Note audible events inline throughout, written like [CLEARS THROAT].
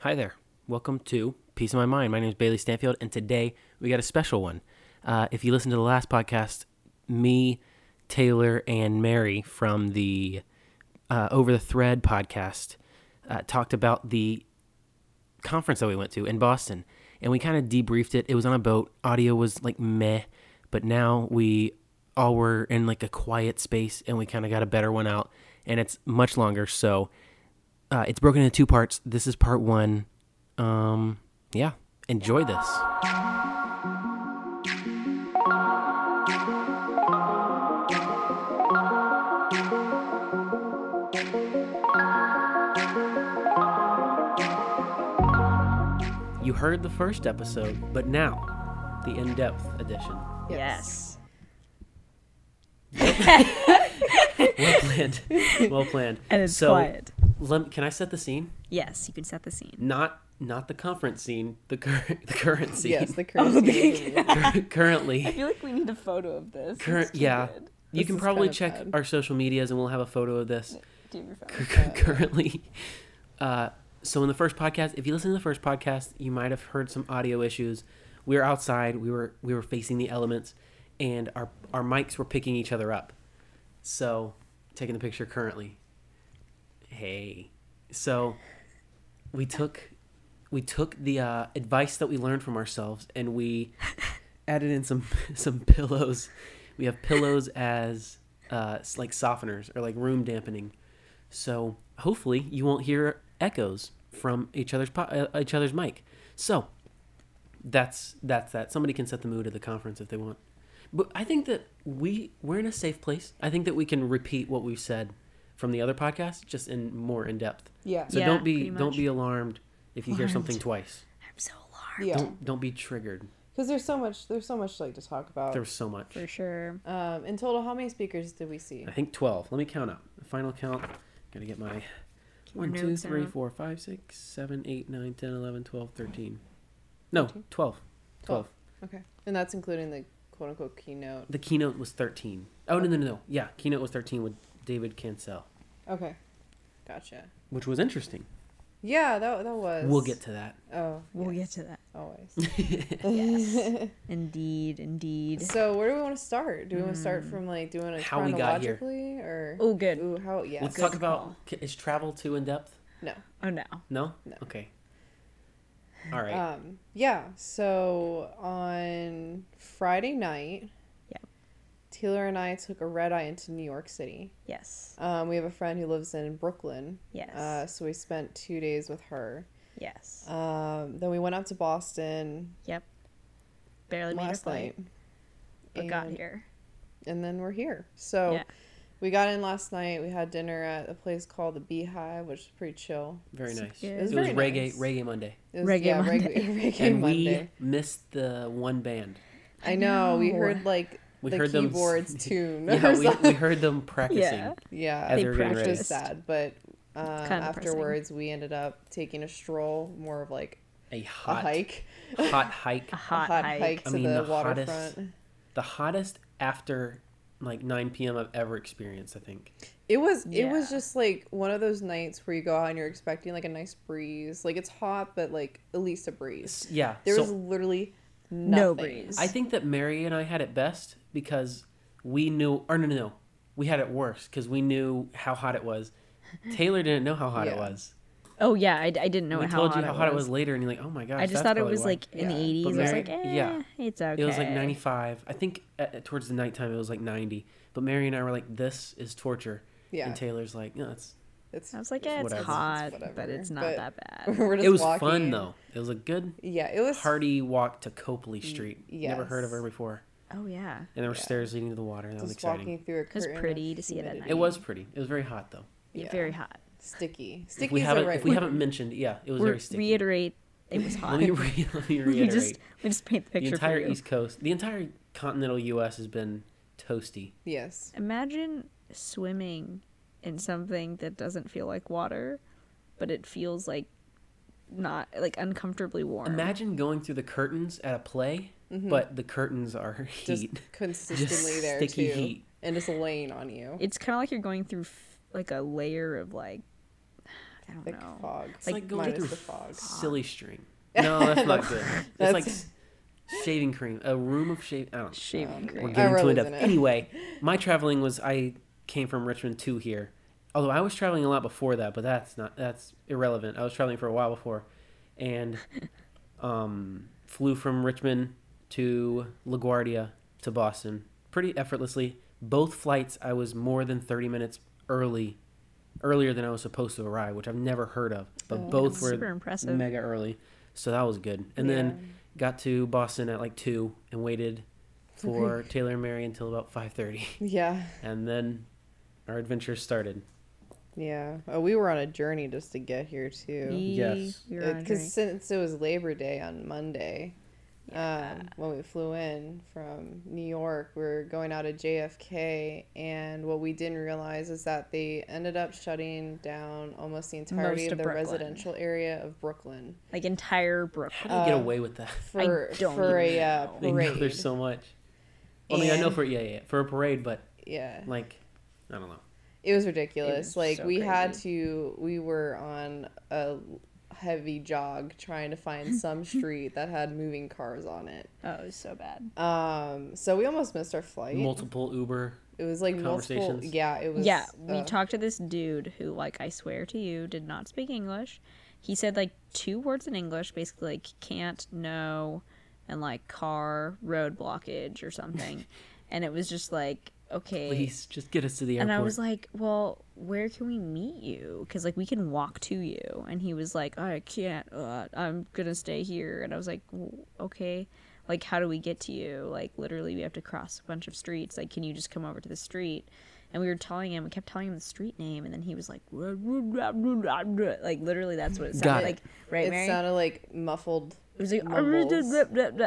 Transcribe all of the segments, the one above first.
Hi there. Welcome to Peace of My Mind. My name is Bailey Stanfield, and today we got a special one. Uh, if you listen to the last podcast, me, Taylor, and Mary from the uh, Over the Thread podcast uh, talked about the conference that we went to in Boston, and we kind of debriefed it. It was on a boat. Audio was like meh, but now we all were in like a quiet space, and we kind of got a better one out, and it's much longer. So uh, it's broken into two parts. This is part one. Um, yeah, enjoy this. You heard the first episode, but now the in depth edition. Yes. Well [LAUGHS] planned. well planned. And it's so, quiet. Lem- can I set the scene? Yes, you can set the scene. Not not the conference scene. The current [LAUGHS] the current scene. [LAUGHS] Yes, the Oh, currency. Cur- [LAUGHS] currently [LAUGHS] I feel like we need a photo of this. current yeah you This can is probably kinda check bad. our social medias and we'll have a photo of this Do you have your phone? Cur- cur- [LAUGHS] currently uh, so in the first podcast if you listen to the first podcast you might have heard some audio issues we were outside we were we were facing the elements and our our mics were picking each other up so taking the picture currently hey so we took we took the uh, advice that we learned from ourselves and we added in some [LAUGHS] some pillows. We have pillows as uh, s- like softeners or like room dampening. So hopefully you won't hear echoes from each other's po- uh, each other's mic. So that's that's that. Somebody can set the mood of the conference if they want. But I think that we we're in a safe place. I think that we can repeat what we've said from the other podcast, just in more in depth. Yeah. So Yeah, don't be pretty don't much. be alarmed if you hear Alarmed. something twice. I'm so alarmed. Yeah. Don't don't be triggered. Because there's so much. There's so much like to talk about. There was so much. For sure. Um, in total, how many speakers did we see? I think 12. Let me count up. The final count. Gotta get my one, two, notes three, out. four, five, six, seven, eight, nine, 10, 11, 12, 13. No, 12. 12. Okay. And that's including the quote unquote keynote. The keynote was 13. Oh, no, no, no, no. Yeah, keynote was 13 with David Cancel, Okay. Gotcha. which was interesting. Yeah, that that was. We'll get to [LAUGHS] that. Oh, We'll yes, get to that. [LAUGHS] always. Indeed, indeed. so where do we want to start? Do we want to start from like doing it Mm. How we got here. chronologically or? Oh, good. Ooh, how? [LAUGHS] Yeah. Let's good. talk about c- is travel too in depth? No. Oh no. No? No. Okay. All right. Um. Yeah. So on Friday night. Yeah. Taylor and I took a red eye into New York City. Yes. Um, we have a friend who lives in Brooklyn. Yes. Uh, so we spent two days with her. yes. Um, then we went out to Boston yep. Barely made a last flight, night, but got and- here. and then we're here. So Yeah. we got in last night. We had dinner at a place called the Beehive, which is pretty chill. very so nice. good. It It was, was very reggae nice. reggae Monday. It was- Reggae yeah, Monday. Reggae, [LAUGHS] reggae and Monday. we missed the one band. I know. We know. heard like We the heard them s- [LAUGHS] keyboards tune. Yeah, or we, we something. [LAUGHS] heard them practicing. Yeah. yeah. As They they were getting which ready. was practiced. sad, but um, kinda afterwards we ended up taking a stroll, more of like A a hot hike, hot [LAUGHS] hike. A hot, a hot hike. hike, I to mean, the, the hottest- waterfront. The hottest after like 9 p.m. I've ever experienced, I think. It was it was Yeah. just like one of those nights where you go out and you're expecting like a nice breeze. Like it's hot, but like at least a breeze. S- Yeah. There so was literally nothing. No breeze. I think that Mary and I had it best because we knew, or no, no, no. We had it worse because we knew how hot it [LAUGHS] was. Taylor didn't know how hot it Yeah. was. Oh yeah, I, I didn't know we how, told hot, you how it hot it was. was later, and you're like, oh my gosh. I just that's thought it probably was why." like in the Yeah. 80s. I was Mary- like, eh, yeah. it's okay. It was like 95. I think at, towards the nighttime it was like 90. But Mary and I were like, this is torture. Yeah. And Taylor's like, no, it's. It's I was like, eh, it's Whatever. hot, It's but whatever. it's not But- that [LAUGHS] bad. we're just It was walking. fun though. It was a good Yeah, it was Hardy walk to Copley Street. Never heard of yes. her before. Oh yeah. And there were Yeah. stairs leading to the water. That was just exciting. walking through a was curtain. pretty of to see it at humidity. It was pretty. It was very hot though. Yeah. Very hot. sticky. If Sticky we is the haven't, right if we word. haven't mentioned, yeah, it was We're, very sticky. reiterate, it was hot. [LAUGHS] let me, re- [LAUGHS] let [LAUGHS] me we reiterate. just we just paint the the picture entire for you. East Coast, the entire continental U.S. has been toasty. [LAUGHS] Yes. Imagine swimming in something that doesn't feel like water, but it feels like not like uncomfortably warm. Imagine going through the curtains at a play, but the curtains are [LAUGHS] Mm-hmm. Just heat. consistently there sticky too. heat. And just laying on you. it's kind of like you're going through f- like a layer of like I don't Thick know. fog. It's like, going minus through the fog. silly string. No, that's not good. It's like That's- shaving cream. A room of shave. I don't know. Shaving Um, cream. We're I getting too really in depth. didn't. [LAUGHS] Anyway, my traveling was I came from Richmond to here. Although I was traveling a lot before that, but that's not that's irrelevant. I was traveling for a while before, [LAUGHS] and um, flew from Richmond to LaGuardia to Boston pretty effortlessly. Both flights I was more than thirty minutes early, earlier than I was supposed to arrive, which I've never heard of. But Oh. both Super were impressive. mega early, so that was good. And then got to Boston at like two and waited [LAUGHS] for Taylor and Mary until about five thirty, [LAUGHS] [LAUGHS] Yeah, and then our adventure started. yeah. Oh, we were on a journey just to get here too. Yes. You're on a Because drink. since it was Labor Day on Monday, um, when we flew in from New York, we were going out of JFK, and what we didn't realize is that they ended up shutting down almost the entirety Most of of the Brooklyn. residential area of Brooklyn Like entire Brook. Uh, How did they get away with that? [LAUGHS] for don't for even a uh, know. They know parade. there's so much. I mean, I know And- for yeah, yeah, yeah, for a parade, but yeah, like, I don't know. it was ridiculous was like so we had to we were on a heavy jog trying [LAUGHS] to find some street that had moving cars on it Oh, it was so bad. um so we almost missed our flight Multiple Uber. it was like multiple conversations. yeah it was yeah, we uh, talked to this dude who, like, I swear to you, did not speak English. He said like two words in English, basically like can't, no, and like car road blockage [LAUGHS] or something, and it was just like okay. Please just get us to the airport. And I was like, well, where can we meet you? Because like we can walk to you. And he was like, I can't. Uh, I'm gonna stay here. And I was like, "W- okay. Like, how do we get to you? Like, literally, we have to cross a bunch of streets. Like, can you just come over to the street? And we were telling him, we kept telling him the street name, and then he was like, [LAUGHS] like literally, that's what it sounded Got it. like, right, it Mary? sounded like muffled it was like, mumbles.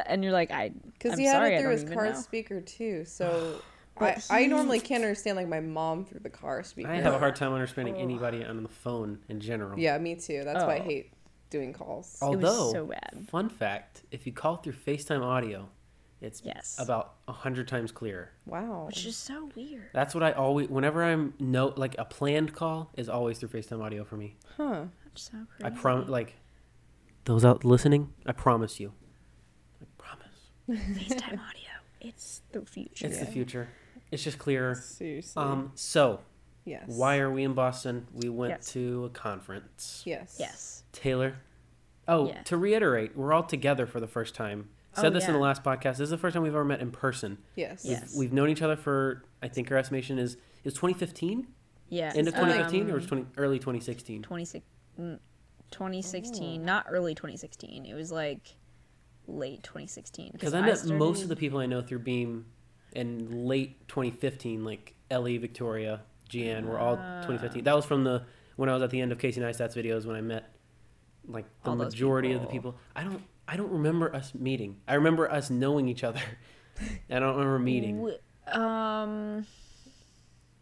and you're like, I, because I'm he had sorry, I it through don't his even car know. [SIGHS] speaker too so I, But I he- normally can't understand like my mom through the car speaker I have a hard time understanding anybody on the phone in general. yeah me too that's why i Oh. hate doing calls Although, so bad. fun fact: if you call through FaceTime audio, it's Yes. about a hundred times clearer. wow Which is so weird. That's what I always. Whenever I'm no like a planned call is always through FaceTime audio for me. huh That's so I crazy. promise. Like those out listening, I promise you. I promise. FaceTime audio. It's the future. It's the future. It's just clearer. seriously Um. So yes why are we in Boston? We went Yes. to a conference. yes yes. Taylor. Oh, Yeah. to reiterate, we're all together for the first time. Oh, Said this in the yeah. last podcast. This is the first time we've ever met in person. Yes. Yeah. Yes. We've known each other for I think our estimation is is 2015, Yeah. end of um, 2015 or it's 20 early 2016. 26 mm, 2016, not early 2016. It was like late 2016. Because I met most of started- the people I know through Beam in late 2015, like Ellie, Victoria, Gian, were all 2015. That was from the when I was at the end of Casey Neistat's videos when I met like the All those majority of the people. people. I don't I don't remember us meeting. I remember us knowing each other. [LAUGHS] I don't remember meeting. W- Um.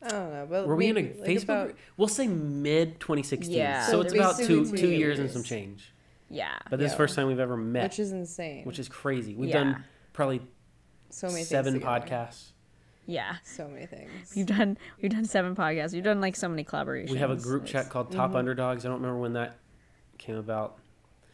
I don't know, but were we in a maybe, like, Facebook? about- We'll say mid 2016. Yeah. so So it's there's about two basically two two years and years. some change. Yeah. But this is Yeah. the first time we've ever met, which is insane. which is crazy. We've Yeah. done probably so many seven things together. podcasts. Yeah. So many things. We've done we've done seven podcasts. We've done like so many collaborations. We have a group chat It's- called Top Mm-hmm. Underdogs. I don't remember when that came about,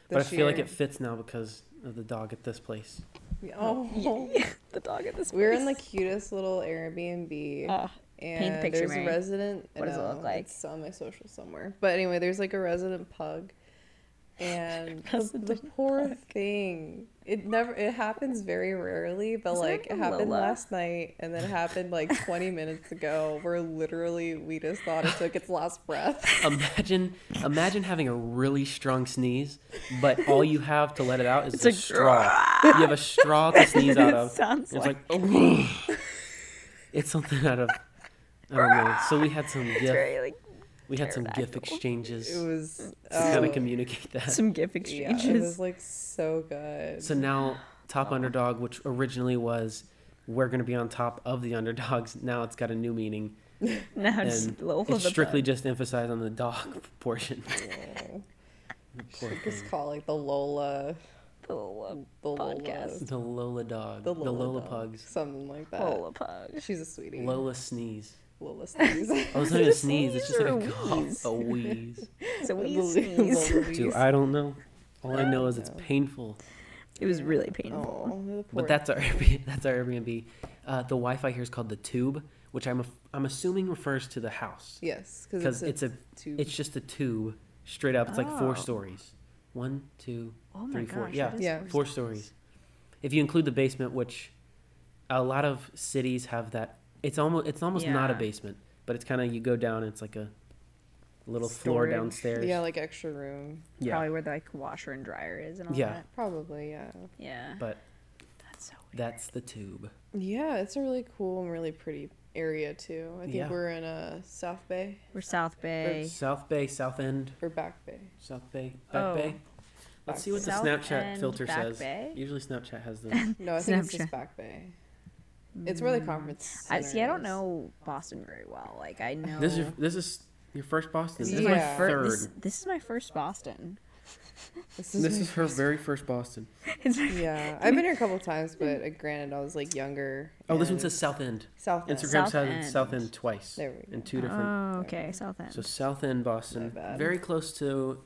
but I This feel like year. it fits now because of the dog at this place. [LAUGHS] Oh, [LAUGHS] the dog at this. we [LAUGHS] were in the place. cutest little Airbnb. Oh, and the picture, there's Mary. a resident. What does it no, look like? It's on my social somewhere. But anyway, there's like a resident pug, and the, the [LAUGHS] Resident poor thing. It never. It happens very rarely, but Isn't like it it happened Lola? last night, and then it happened like 20 minutes ago. Where literally we just thought it took its last breath. Imagine, imagine having a really strong sneeze, but all you have to let it out is a, a straw. you have a straw [LAUGHS] to sneeze out of. sounds and it's like, it's something out of. I don't know. So we had some gift. very, [LAUGHS] like We had some gift pterodactyl. exchanges It to was kind oh, of communicate that. some gif Yeah, exchanges. [LAUGHS] it was like so good. So now Top Underdog, which originally was we're going to be on top of the underdogs, [LAUGHS] now it's got a new meaning. now And just Lola it's the strictly bug. just emphasized on the dog [LAUGHS] portion. Oh, Poor we just thing. call like the Lola, The Lola the Podcast. The Lola dog. Lola, the Lola, Lola dog, pugs. Uh, something like that. Lola pug. She's a sweetie. Lola sneeze. Lilith [LAUGHS] sneeze. [LAUGHS] Oh, it's not even a sneeze. It's just like a cough. Sneeze. A wheeze. So [LAUGHS] we Lil- sneeze. Lilith. Dude, [LAUGHS] I don't know. All I know is it's painful. It was really painful. Oh, the poor- But that's our [LAUGHS] Airbnb. That's our Airbnb. Uh, the Wi-Fi here is called the Tube, which I'm af- I'm assuming refers to the house yes, because because it's, a tube. it's just a tube straight up. It's like four Oh. stories. One, two, Oh my three, four. gosh, Yeah, that is Yeah. four stories. If you include the basement, which a lot of cities have that, it's almost it's almost not a Yeah. basement, but it's kind of you go down. and It's like a little floor Storage. downstairs. yeah, like extra room, Yeah. Probably where the like washer and dryer is and all Yeah. that. probably. Yeah, Yeah. But That's so weird. that's the Tube. yeah, it's a really cool and really pretty area too. I think Yeah. we're in a South Bay We're South Bay. South Bay, South End, or Back Bay. South Bay, Back Oh. Bay. Let's see what the South Snapchat End, filter Back says. Bay? Usually Snapchat has the [LAUGHS] No, I think it's Snapchat. Mm. just Back Bay. It's where the conference. I see. I center don't is. know Boston very well. Like I know. This is your, this is your first Boston. This This is my my Yeah. fir- third. this- this is my first Boston. [LAUGHS] This is, This is her very first Boston. It's my yeah. I've been here a couple times, but uh, granted, I was like younger. Oh, this one and says South End. South End. Instagram South says South End. End twice There we in go. two different. Oh, okay, South End. So South End Boston, My bad. very close to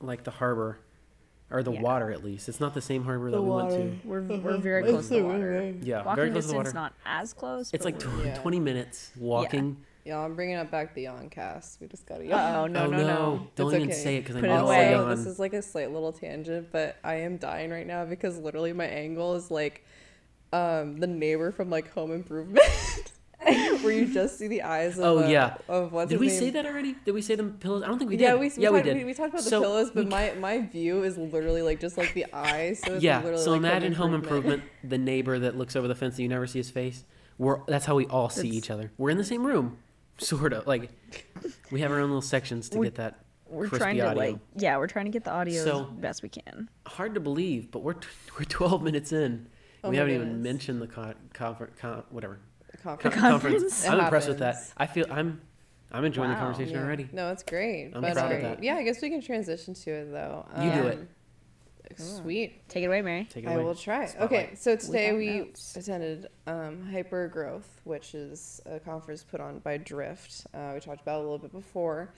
like the harbor or the Yeah. water at least. It's not the same harbor The that we water. went we're, we're very close to the water. to. Yeah, Walking very close distance, to the water. not as close. it's but like we're- tw- Yeah. 20 minutes walking. Yeah, I'm bringing up back the Yoncast. We just got to. Uh-oh, no, no, oh no. no. Don't It's even okay. say it because I Put it know away. it's Also, on. Oh, this is like a slight little tangent, but I am dying right now because literally my angle is like um, the neighbor from like Home Improvement, [LAUGHS] where you just see the eyes. Of Oh, uh, yeah. Of what's Did his we name? say that already? Did we say them pillows? I don't think we did. Yeah, we, we, yeah, we talked, did. we, we talked about the So, pillows, but we- my, my view is literally like just like the eyes. So it's yeah. literally So like imagine home improvement. the neighbor that looks over the fence that you never see his face. We're that's how we all see That's- each other. We're in the same room, [LAUGHS] sort of. Like we have our own little sections to We- get that We're crispy trying to audio. like yeah, we're trying to get the audio So- as best we can. Hard to believe, but we're t- [LAUGHS] we're 12 minutes in. and Oh we my haven't even goodness. mentioned the con- confer- con- whatever Conference. Con- conference. conference. I'm It impressed with that. happens. I feel I'm I'm enjoying the Wow. conversation Yeah. already. No, it's great. I'm but, proud of um, that. Yeah, I guess we can transition to it though. Um, You do it. Sweet. Take it away, Mary. Take it I away. will try. Okay, Spotlight. so today got we notes. attended um, Hyper Growth, which is a conference put on by Drift. Uh, we talked about it a little bit before.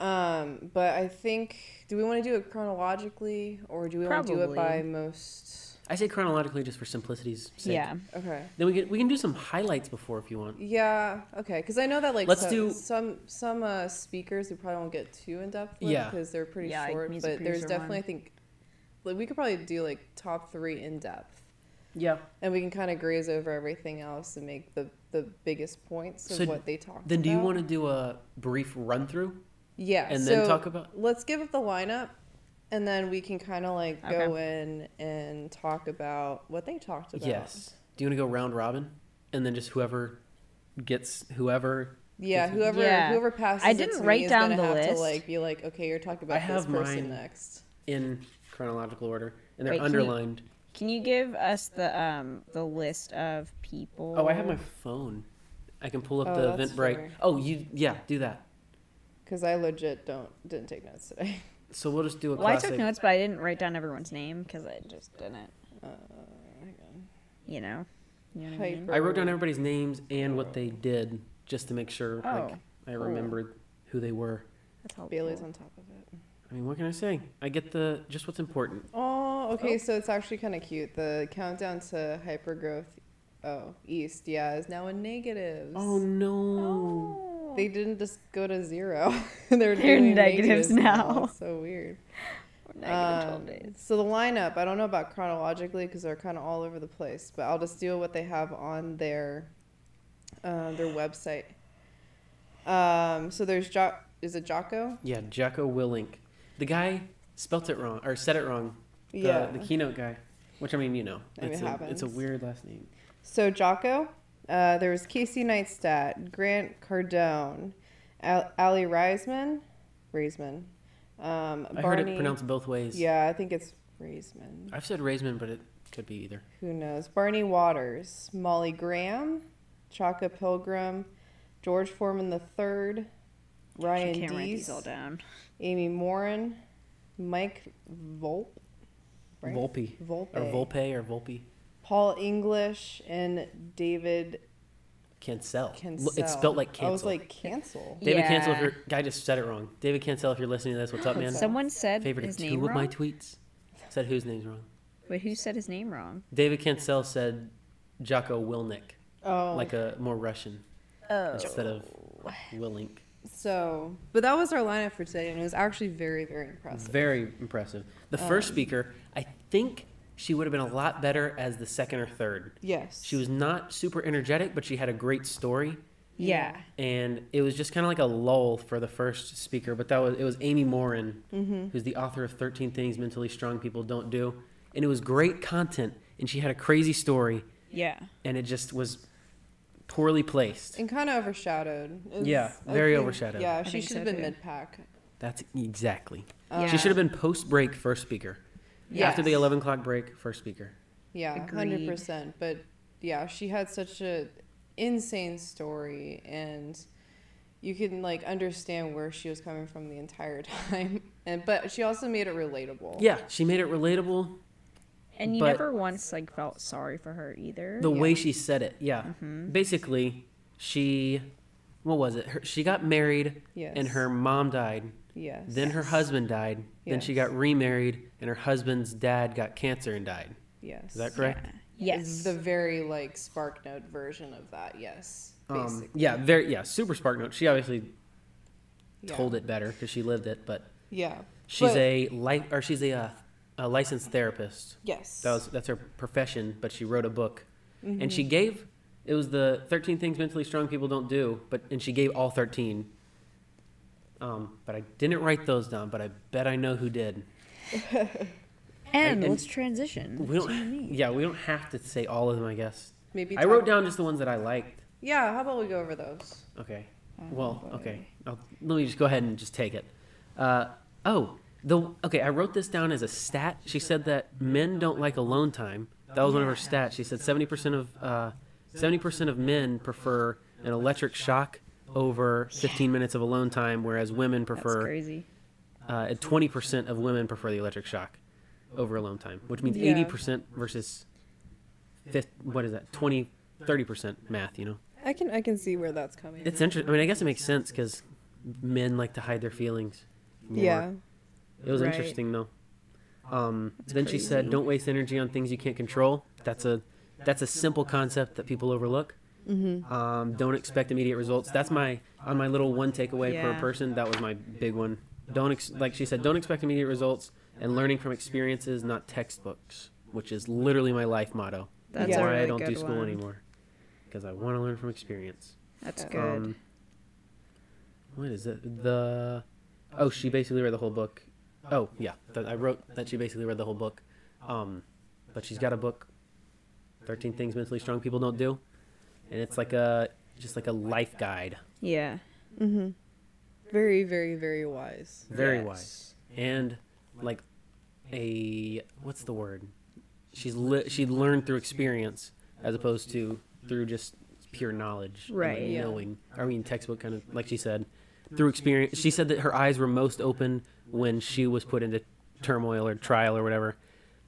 Um, but I think, do we want to do it chronologically or do we want to do it Probably. by most? I say chronologically just for simplicity's sake. Yeah. Okay. Then we can we can do some highlights before if you want. Yeah. Okay. Because I know that like Let's so- do- some some uh, speakers we probably won't get too in depth with Yeah. because they're pretty Yeah, like short. music but there's producer definitely one. I think like, we could probably do like top three in depth, Yeah. and we can kind of graze over everything else and make the the biggest points of So what they talked. Then do you about. want to do a brief run through? Yeah. and then so talk about- Let's give it the lineup, and then we can kind of like go Okay. in and talk about what they talked about. Yes. Do you want to go round robin, and then just whoever gets whoever? Yeah, Gets it. whoever Yeah. whoever passes. I it didn't to me write is down gonna the have To list. like be like, okay, you're talking about I this have person mine. next. in chronological order, and they're Wait, can you- underlined. Can you give us the um the list of people? Oh, I have my phone. I can pull up Oh, the that's event break. fair. Oh, you yeah, do that. Because I legit don't didn't take notes today. [LAUGHS] So we'll just do a Well, I took classic. notes, but I didn't write down everyone's name because I just didn't. Uh, hang on. You know. You know what I mean? Hyper- I wrote down everybody's names and what they did just to make sure like Oh, I remembered who they were. That's helpful. Bailey's on top of it. I mean, what can I say? I get the just what's important. Oh, okay. Oh. So it's actually kind of cute. The countdown to hypergrowth, oh east, yeah, is now in negatives. Oh no. Oh. They didn't just go to zero. [LAUGHS] They're, They're doing negatives now. It's so weird. Negative twelve Um, days. So the lineup, I don't know about chronologically because they're kind of all over the place, but I'll just deal with what they have on their uh, their website. Um, so there's jo- is it Jocko? Yeah, Jocko Willink. The guy spelt it wrong or said it wrong. The, Yeah. The keynote guy, which I mean, you know, I mean, it's it a, it's a happens. weird last name. So Jocko, uh, there was Casey Neistat, Grant Cardone, Al- Ali Reisman, Reisman, um, Barney. I heard it pronounced both ways. Yeah, I think it's Reisman. I've said Raisman, but it could be either. Who knows? Barney Waters, Molly Graham, Chaka Pilgrim, George Foreman the Third, I Ryan can't write these all Dees, down. Amy Morin, Mike Volpe, right? Volpe. Volpe, Or Volpe or Volpe. Paul English, and David Cancel. Cancel. It's spelled like cancel. I was like cancel. David Yeah. Cancel. If you're, guy just said it wrong. David Cancel. If you're listening to this, what's up, man? Someone said Favorite his two name of wrong. my tweets. Said whose name's wrong. Wait, who said his name wrong? David Cancel said Jocko Wilnick, Oh, like a more Russian Oh, instead of Willink. so but that was our lineup for today, and it was actually very very impressive. Very impressive. The Um. first speaker, I think she would have been a lot better as the second or third. Yes, She was not super energetic, but she had a great story, yeah. and it was just kind of like a lull for the first speaker. But that was it was Amy Morin, Mm-hmm. who's the author of Thirteen Things Mentally Strong People Don't Do, and it was great content, and she had a crazy story, Yeah. and it just was poorly placed. and kind of overshadowed. It was- Yeah, I very think- overshadowed. Yeah, I she think should have so, been too. mid pack. That's exactly. Yeah. She should have been post break first speaker. After the Oh. Yes. eleven o'clock break, first speaker. Yeah, hundred Agreed. percent. But yeah, she had such a insane story, and you can like understand where she was coming from the entire [LAUGHS] time. And but she also made it relatable. Yeah, she made it relatable. And you But- never once like felt sorry for her either. the way she said it yeah Mm-hmm. basically she what was it her, she got married and Yes. her mom died Yes. then her husband died then she Yes. got remarried and her husband's dad got cancer and died Yes. is that correct yes. The very like spark note version of that. Yes. um, yeah very yeah super spark note she obviously yeah. told it better because she lived it but Yeah. she's But- a life or she's a, uh, a licensed therapist yes. That was that's her profession, but she wrote a book, and Mm-hmm. she gave it was the thirteen things mentally strong people don't do, but and she gave all thirteen. Um, but I didn't write those down, but I bet I know who did. and, and- let's transition. We don't, yeah, we don't have to say all of them, I guess. Maybe I wrote talk- down just the ones that I liked. Yeah. How about we go over those? Okay. Oh, well, okay. I'll, let me just go ahead and just take it. Uh, oh, the okay. I wrote this down as a stat. She said that men don't like alone time. That was one of her stats. She said seventy percent of uh, seventy percent of men prefer an electric shock over fifteen minutes of alone time, whereas women That's prefer crazy. uh, twenty percent of women prefer the electric shock over alone time, which means Yeah. eighty percent versus fifth. What is that? 20 30 percent math. You know. I can I can see where that's coming. It's interesting. I mean, I guess it makes sense because men like to hide their feelings. more. yeah. It was Right. interesting though. Um, then she said, "Don't waste energy on things you can't control." That's a that's a simple concept that people overlook. Mm-hmm. Um, don't expect immediate results. That's my on my little one takeaway per Yeah. person. That was my big one. Don't ex- like she said. Don't expect immediate results and learning from experiences, not textbooks, which is literally my life motto. That's why a I really don't do good school one. anymore because I want to learn from experience. That's Um, good. Um, what is it? The oh, she basically read the whole book. Oh yeah, that I wrote that she basically read the whole book. Um, but she's got a book, Thirteen Things Mentally Strong People Don't Do, and it's like a just like a life guide. yeah. Mm-hmm. Very very very wise. Very wise and like a what's the word? She's li- she learned through experience as opposed to through just pure knowledge, and, like, Right. Yeah. knowing. I mean, textbook kind of like she said through experience. She said that her eyes were most open when she was put into turmoil or trial or whatever,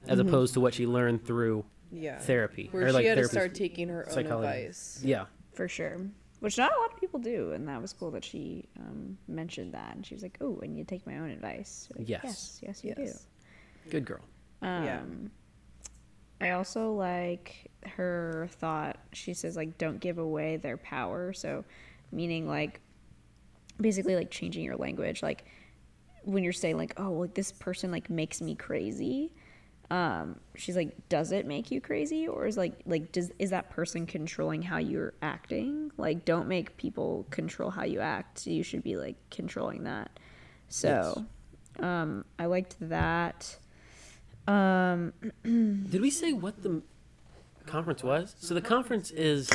as opposed to what she learned through Yeah. therapy Mm-hmm. Where or like she had to therapy. start taking her own psychology. advice. yeah, For sure. Which not a lot of people do, and that was cool that she um, mentioned that. And she was like, "Oh, and you take my own advice." Like, Yes. yes, yes, you Yes. good girl. do. Um, Yeah. I also like her thought. She says like, "Don't give away their power." So, meaning like, basically like changing your language. Like when you're saying like, "Oh, like this person like makes me crazy." Um, she's like, "Does it make you crazy, or is like like does is that person controlling how you're acting? Like, don't make people control how you act. You should be like controlling that." So, um, I liked that. Um, Did we say what the conference was? So the conference is.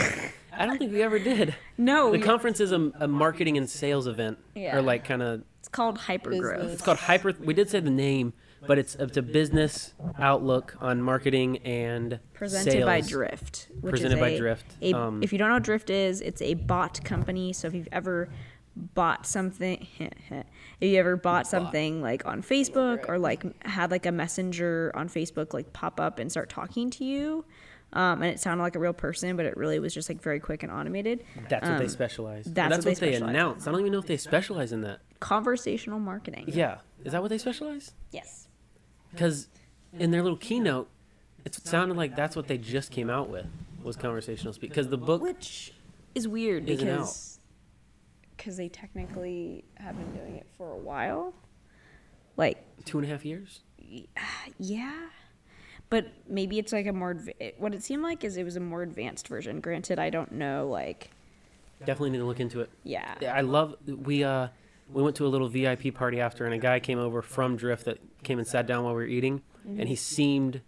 I don't think we ever did. no, the you- conference is a, a marketing and sales event, Oh, Yeah. or like kind of It's called hypergrowth. it's called hyper. We did say the name, but it's it's a business outlook on marketing and Presented by sales. Drift. Which Presented is by a- Drift. a- Um, if you don't know what Drift is, it's a bot company. So if you've ever bought something, [LAUGHS] if you ever bought something like on Facebook or like had like a messenger on Facebook like pop up and start talking to you, um, and it sounded like a real person, but it really was just like very quick and automated. That's what they specialize. That's, Um, that's that's what what they they, specialize in. announce. I don't even know if they specialize in that. Conversational marketing. Yeah, is that what they specialize? Yes. Because in their little keynote, it sounded like that's what they just came out with was conversational speak. Because the book, Which is weird Isn't out. because because they technically have been doing it for a while. Like two and a half years. Yeah, but maybe it's like a more adv- it- what it seemed like is it was a more advanced version. Granted, I don't know. Like, Definitely need to look into it. yeah, Yeah, I love we uh we went to a little VIP party after, and a guy came over from Drift that came and sat down while we were eating, Mm-hmm. and he seemed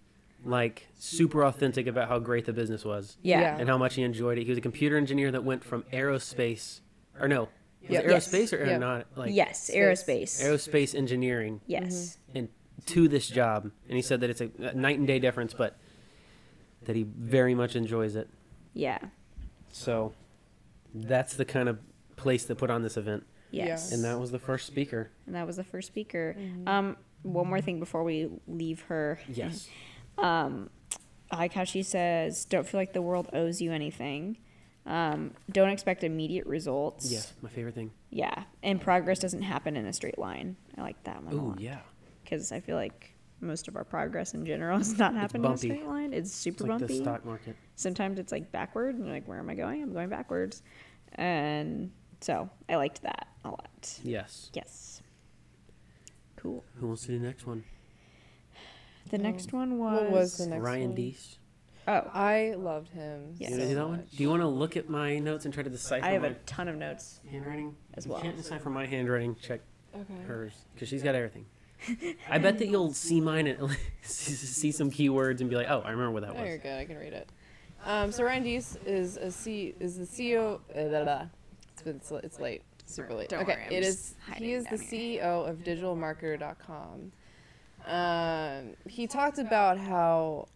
like super authentic about how great the business was. yeah, Yeah. and how much he enjoyed it. He was a computer engineer that went from aerospace, or no, was it Yes. aerospace or Yeah. aeronautic, like mm-hmm. yes, space. aerospace, aerospace engineering, yes, and to this job. And he said that it's a a night and day difference, but that he very much enjoys it. yeah, So that's the kind of place to put on this event. yes. And that was the first speaker. And that was the first speaker. Um, one more thing before we leave her. Yes. I Um, like how she says, "Don't feel like the world owes you anything. Um, don't expect immediate results. Yes, my favorite thing. yeah, and progress doesn't happen in a straight line. I like that one. a Ooh, lot. yeah. because I feel like most of our progress in general has not happened in a bumpy. straight line. It's It's super like the bumpy. stock market. Sometimes it's like backward, and you're like, where am I going? I'm going backwards. And so I liked that a lot. Yes. Yes. Cool. Who wants to do the next one? The Um, next one was. What was the next Ryan one? Deese. Oh, I loved him. Yeah. You So want to do that one? much. Do you want to look at my notes and try to decipher I have my a ton of notes. handwriting As You well. can't decipher my handwriting. Check Okay. hers because she's got [LAUGHS] everything. I bet that you'll see mine and see- [LAUGHS] see some keywords and be like, "Oh, I remember what that Oh, you're was." good. I can read it. Um, so Ryan Deese is a C is the CEO. Uh, blah, blah. It's been it's, it's late, super late. Don't okay, worry, I'm it just is. hiding He is the down here. CEO of DigitalMarketer.com. Um, he talked about how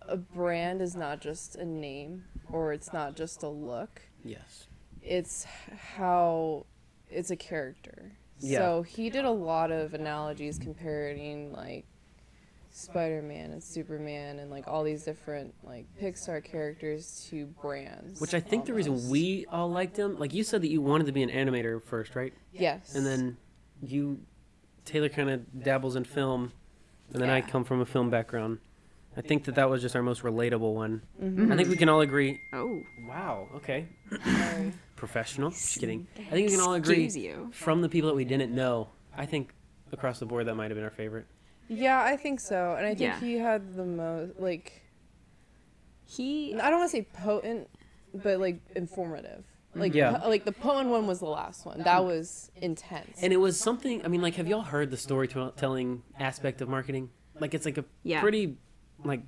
a brand is not just a name or it's not just a look. Yes. it's how it's a character. Yeah. So he did a lot of analogies comparing like Spider-Man and Superman and like all these different like Pixar characters to brands. Which I think the reason almost. we all liked him, like you said that you wanted to be an animator first, right? yes, And then you, Taylor, kind of dabbles in film, and then I Yeah. come from a film background. I think that that was just our most relatable one. Mm-hmm. I think we can all agree. Oh, Wow. Okay. Sorry. Professional. Just kidding. I think we can all agree Excuse you. from the people that we didn't know. I think across the board that might have been our favorite. yeah, I think so. And I think Yeah. he had the most like he. I don't want to say potent, but like informative. Like Yeah. po- like the potent one was the last one. That was intense. And it was something. I mean, like, have y'all heard the storytelling aspect of marketing? Like, it's like a Yeah. pretty, like,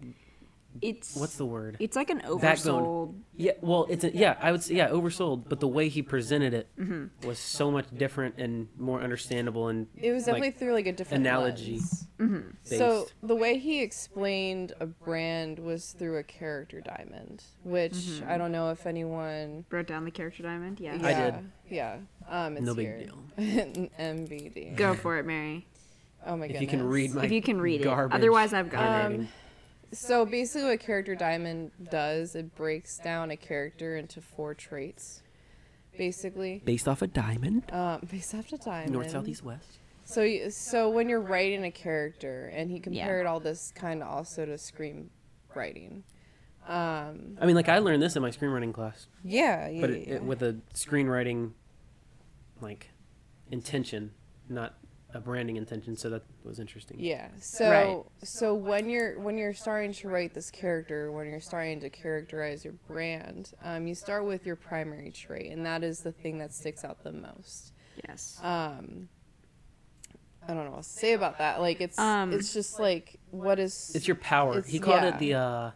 It's what's the word? It's like an oversold. Backbone. yeah. Well, it's a, yeah. I would say yeah, oversold. But the way he presented it Mm-hmm. was so much different and more understandable and It was like, definitely through like a different analogy lens. based. So the way he explained a brand was through a character diamond, which I don't know if anyone. Wrote down the character diamond. Mm-hmm. Yeah. I did. Yeah. Um, it's No big here. deal. [LAUGHS] MVD. Go for it, Mary. Oh my if goodness. you can read my if you can read garbage it. Otherwise, I've got. um, handwriting. So basically, what character diamond does, it breaks down a character into four traits, basically, based off a diamond, um, [LAUGHS] based off the diamond. north, south, east, west. So, y- so when you're writing a character, and he Yeah. compared all this kind of also to screen writing. Um, I mean, like, I learned this in my screenwriting class, yeah, yeah. but it, yeah. it, with a screenwriting, like, intention, not a branding intention. So that was interesting. Yeah. So so when you're when you're starting to write this character, when you're starting to characterize your brand, um, you start with your primary trait, and that is the thing that sticks out the most. Yes. Um, I don't know what to say about that. Like it's Um, it's just like what is It's your power. It's- he called yeah. it the uh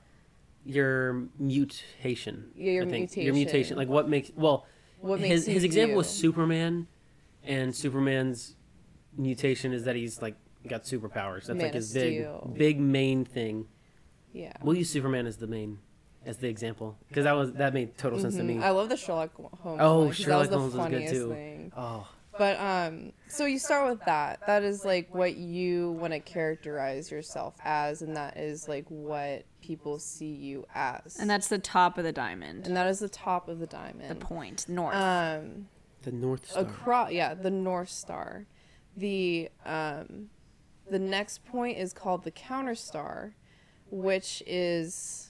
your mutation. Yeah, your I think. Your mutation. mutation. Like what makes well What his makes you his example was you. Superman and Superman's mutation is that he's like got superpowers. That's Man like his of big Steel. big main thing. yeah. We'll use Superman as the main as the example because that was that made total sense to Mhm. me. I love the Sherlock Holmes. Oh, one, 'cause Sherlock that was Holmes the was good funniest too. Thing. oh, But um, so you start with that. That is like what you want to characterize yourself as, and that is like what people see you as. And that's the top of the diamond. and that is the top of the The diamond. point north. Um, The North Star. across yeah the north star the um the next point is called the counter star which is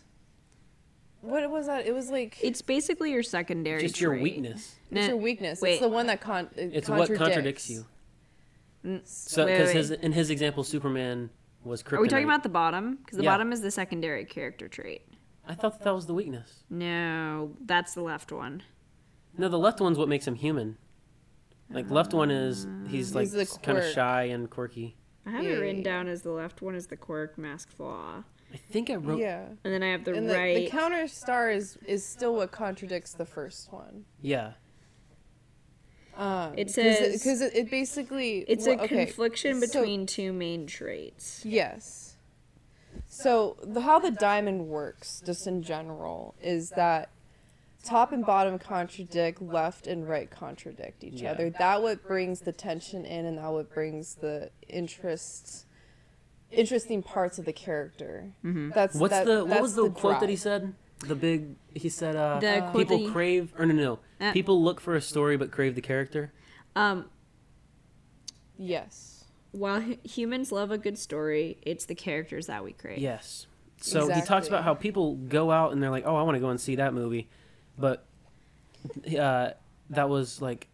what was that it was like it's, it's basically your secondary. Just your trait. weakness. No, your weakness wait. it's the one that con it It's contradicts. what contradicts you. N- So wait, because wait, his wait. in his example, Superman was kryptonite. Are we talking about the bottom? Because the Yeah. bottom is the secondary character trait. I thought that, that was the weakness. No, that's the left one. No, the left one's what makes him human. Like left one is he's like the kind of quirk. shy and quirky. I have Yeah, it yeah, written yeah. down as the left one is the quirk mask flaw, I think I wrote. Yeah. yeah and then I have the and the, right. the counter star is is still what contradicts the first one um It says- because it, it basically it's well, a okay, confliction so- between two main traits. Yes. So the, how the diamond works, just in general, is that top and bottom contradict, left and right contradict each Yeah. other. That what brings the tension in, and that what brings the interest, interesting parts of the character. That's Mm-hmm. What's that- the what that's was the, quote that he drive. said? The big he said uh, The quote people that he- crave or no no, no. Uh. people look for a story but crave the character. Um, Yes. while hu- humans love a good story, it's the characters that we create. Yes. So he talks Exactly. about how people go out and they're like, "Oh, I want to go and see that movie," but uh, that was like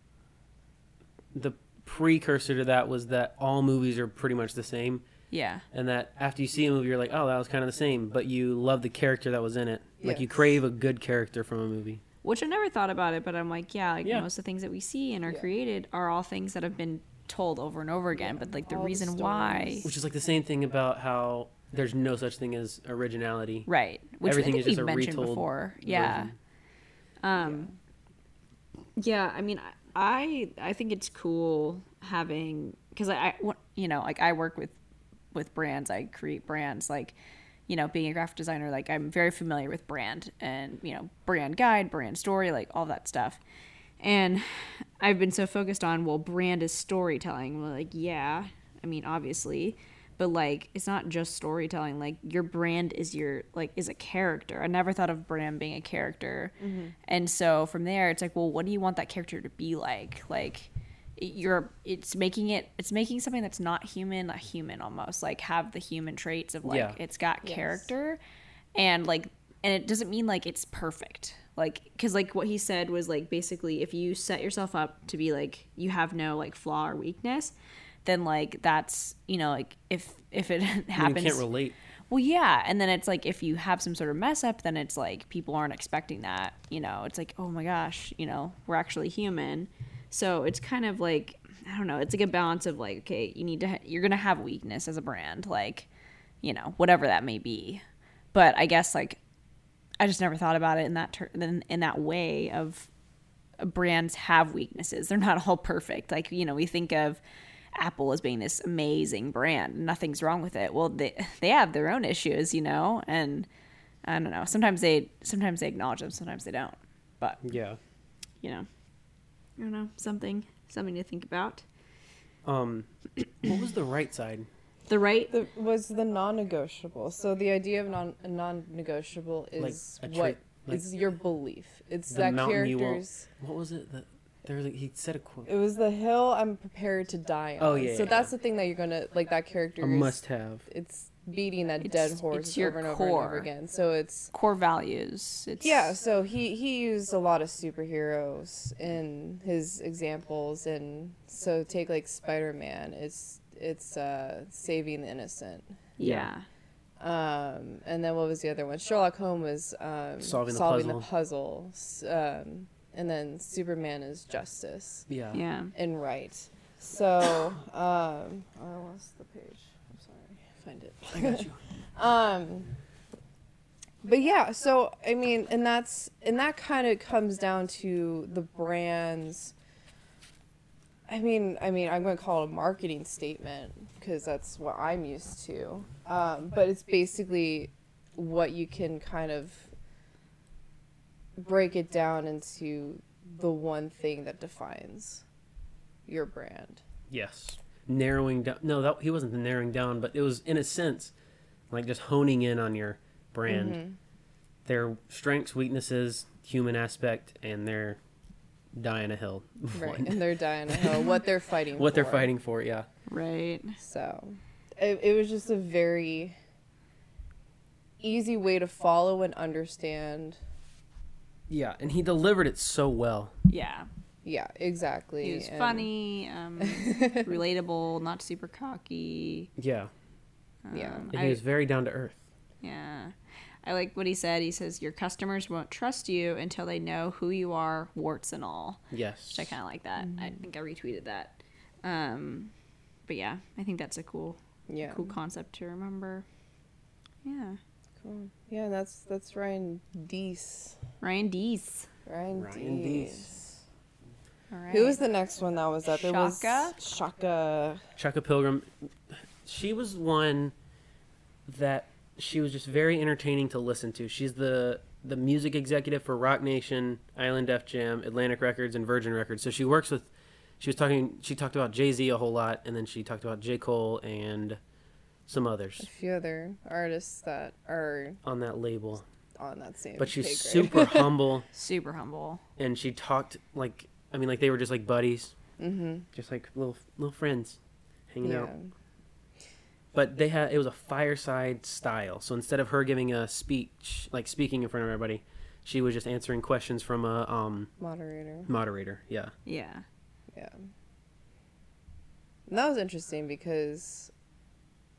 the precursor to that was that all movies are pretty much the same, Yeah. and that after you see a movie, you're like, "Oh, that was kind of the same," but you love the character that was in it. Like you Yes. crave a good character from a movie. Which I never thought about it, but I'm like, yeah, like Yeah. most of the things that we see and are Yeah. created are all things that have been told over and over again. But like the all the reason why, stories. Which is like the same thing about how there's no such thing as originality. right? Which Everything I is think just we've a mentioned retold before. Yeah. version. Um. Yeah. I mean, I I think it's cool having because I, I what- you know like I work with with brands. I create brands like. You know, being a graphic designer, like I'm very familiar with brand and, you know, brand guide, brand story, like all that stuff. And I've been so focused on, well, brand is storytelling. Well, like, yeah, I mean, obviously, but like, it's not just storytelling. Like, your brand is your, like, is a character. I never thought of brand being a character. And so from there, it's like, well, what do you want that character to be like? Like, it- you're it's making it it's making something that's not human a human almost like have the human traits of like Yeah. it's got character and like and it doesn't mean like it's perfect like because like what he said was like basically if you set yourself up to be like you have no like flaw or weakness then like that's you know like if if it [LAUGHS] I mean, happens you can't relate. well yeah and then it's like if you have some sort of mess up then it's like people aren't expecting that you know it's like oh my gosh you know we're actually human so it's kind of like i don't know it's like a balance of like okay you need to ha- you're gonna have weakness as a brand like you know whatever that may be but i guess like i just never thought about it in that ter- in, in that way of brands have weaknesses. They're not all perfect. Like, you know, we think of Apple as being this amazing brand. Nothing's wrong with it. Well, they [LAUGHS] they have their own issues, you know, and I don't know. Sometimes they sometimes they acknowledge them, sometimes they don't. But, Yeah. you know, I don't know, something something to think about. Um, what was the right side? The right The, was the non-negotiable. So the idea of non non-negotiable is a what trait, is like- your belief. It's The that mountain you won't- character's. What was it? That there was a, he said a quote. It was the hill I'm prepared to die on. Oh, yeah, So yeah, that's the thing that you're gonna like that character. A is- must have. It's beating that It's- dead horse it's your over and over and over core. again. So it's core values. It's yeah. So he he used a lot of superheroes in his examples, and so take like Spider-Man. It's it's uh, saving the innocent. Yeah. Um, and then what was the other one? Sherlock Holmes was um, Solving the puzzle. S- Um, and then Superman is justice Yeah. Yeah. and right. So um, I lost the page. I'm sorry. Find it. I got you. Um, but yeah, so I mean, and that's and that kind of comes down to the brand's. I mean, I mean, I'm going to call it a marketing statement because that's what I'm used to. Um, but it's basically what you can kind of break it down into the one thing that defines your brand. Yes. Narrowing down. No, that he wasn't the narrowing down, but it was in a sense like just honing in on your brand, Mm-hmm. their strengths, weaknesses, human aspect, and their die in a [LAUGHS] hill. Right. Like, And they're dying to know what they're fighting what they're [LAUGHS] for. fighting for, yeah. Right. So it, it was just a very easy way to follow and understand. Yeah, and he delivered it so well. Yeah. Yeah, exactly. He was and- funny, um, relatable, not super cocky. Yeah. [LAUGHS] Yeah. Um, And I- he was very down to earth. Yeah. I like what he said. He says, Your customers won't trust you until they know who you are, warts and all. Yes. Which I kind of like that. I think I retweeted that. Um, but yeah, I think that's a cool, Yeah. cool concept to remember. Yeah. Cool. Yeah, that's that's Ryan Deese. Ryan Dees. Ryan, Ryan Deese. All right. Who was the next one that was up? It was Shaka? Shaka. Chaka Pilgrim, she was one that she was just very entertaining to listen to. She's the the music executive for Rock Nation, Island Def Jam, Atlantic Records, and Virgin Records. So she works with. She was talking. She talked about Jay Z a whole lot, and then she talked about J Cole and some A others few other artists that are on that label. on that same. But she's pay grade. super humble, Super humble. and she talked like I mean, like they were just like buddies, mm-hmm. just like little little friends, hanging [LAUGHS] Yeah. out. but they had it was a fireside style so instead of her giving a speech like speaking in front of everybody she was just answering questions from a um, Moderator. moderator yeah Yeah. Yeah. And that was interesting because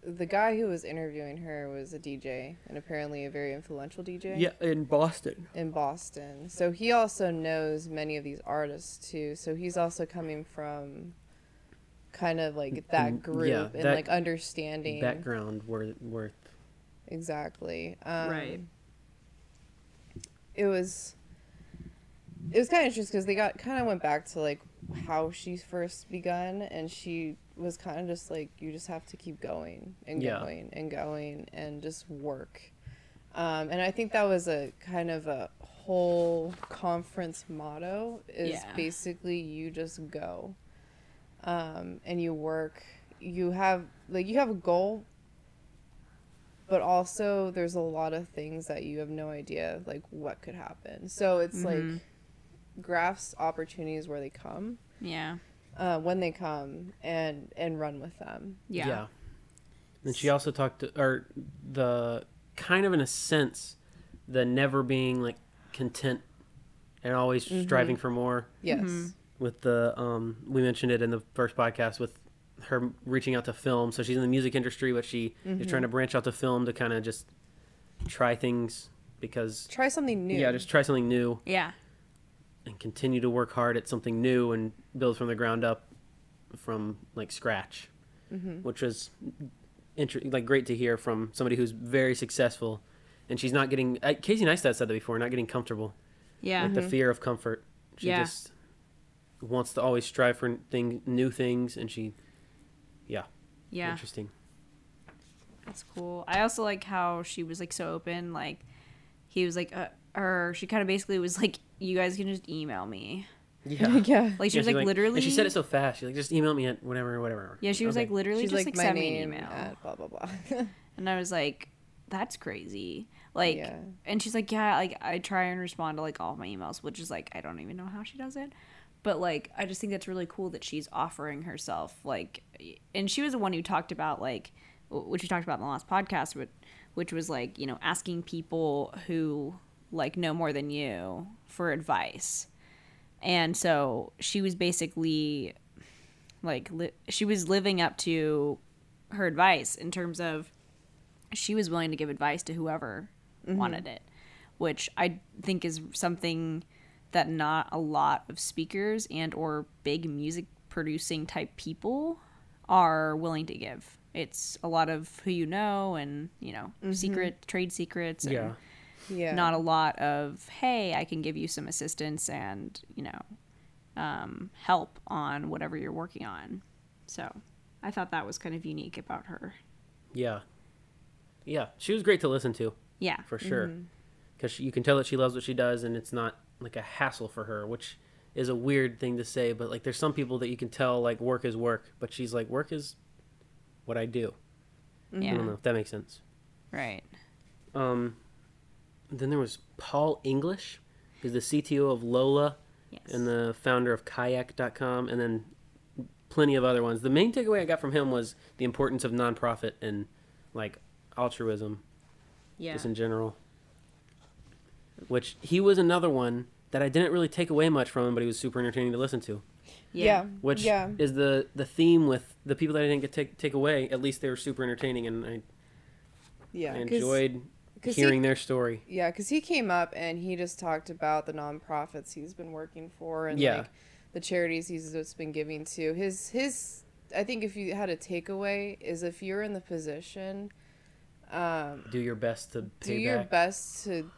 the guy who was interviewing her was a DJ and apparently a very influential DJ yeah in boston in Boston. So he also knows many of these artists too. So he's also coming from kind of like that group and that like understanding background worth worth exactly. Um, right. it was it was kind of interesting because they got kind of went back to like how she first begun and she was kind of just like you just have to keep going and Yeah. going and going and just work um, and i think that was a kind of a whole conference motto is Yeah. basically you just go um, and you work you have like you have a goal but also there's a lot of things that you have no idea like what could happen so it's like Mm-hmm. graphs opportunities where they come Yeah. uh, when they come and and run with them Yeah. yeah and she also talked to, or the kind of in a sense the never being like content and always striving for more yes Mm-hmm. with the um we mentioned it in the first podcast with her reaching out to film so she's in the music industry but she is trying to branch out to film to kind of just try things because try something new yeah [LAUGHS] just try something new Yeah. and continue to work hard at something new and build from the ground up from like scratch which was inter- like great to hear from somebody who's very successful and she's not getting uh, casey neistat said that before not getting comfortable Yeah. like the fear of comfort. She Uh-huh. Yeah. just wants to always strive for thing, new things, and she, yeah, Yeah. interesting. That's cool. I also like how she was like so open. Like he was like, uh, or she kind of basically was like, "You guys can just email me." Yeah, yeah [LAUGHS] Like she was like, literally. And she said it so fast. She like just email me at whatever, whatever. Yeah, she was like Okay. literally she's just like, like, my send me an name email, at blah blah [LAUGHS] blah and I was like, "That's crazy." Like, Yeah. and she's like, "Yeah, like I try and respond to like all of my emails, which is like I don't even know how she does it." But like, I just think that's really cool that she's offering herself. Like, and she was the one who talked about like, wh- which we talked about in the last podcast, which, which was like you know asking people who like know more than you for advice, and so she was basically like li- she was living up to her advice in terms of she was willing to give advice to whoever wanted it which i think is something that not a lot of speakers and or big music producing type people are willing to give it's a lot of who you know and you know secret trade secrets and Yeah. yeah not a lot of hey i can give you some assistance and you know um, help on whatever you're working on so i thought that was kind of unique about her yeah, yeah. She was great to listen to yeah Mm-hmm. for sure, because you can tell that she loves what she does, and it's not like a hassle for her, which is a weird thing to say, but like there's some people that you can tell like work is work, but she's like work is what I do. I don't know Yeah. if that makes sense. Right. Um, then there was Paul English, who's the CTO of Lola Yes. and the founder of Kayak.com, and then plenty of other ones. The main takeaway I got from him was the importance of nonprofit and like altruism yeah. just in general. Which he was another one that I didn't really take away much from him, but he was super entertaining to listen to. Yeah. Which yeah. is the the theme with the people that I didn't get take take away. At least they were super entertaining, and I, I Yeah. 'cause- enjoyed 'cause hearing he- their story. Yeah, because he came up and he just talked about the nonprofits he's been working for and Yeah. like the charities he's just been giving to. His his I think if you had a takeaway is if you're in the position, um, Do your best to do pay your back. best to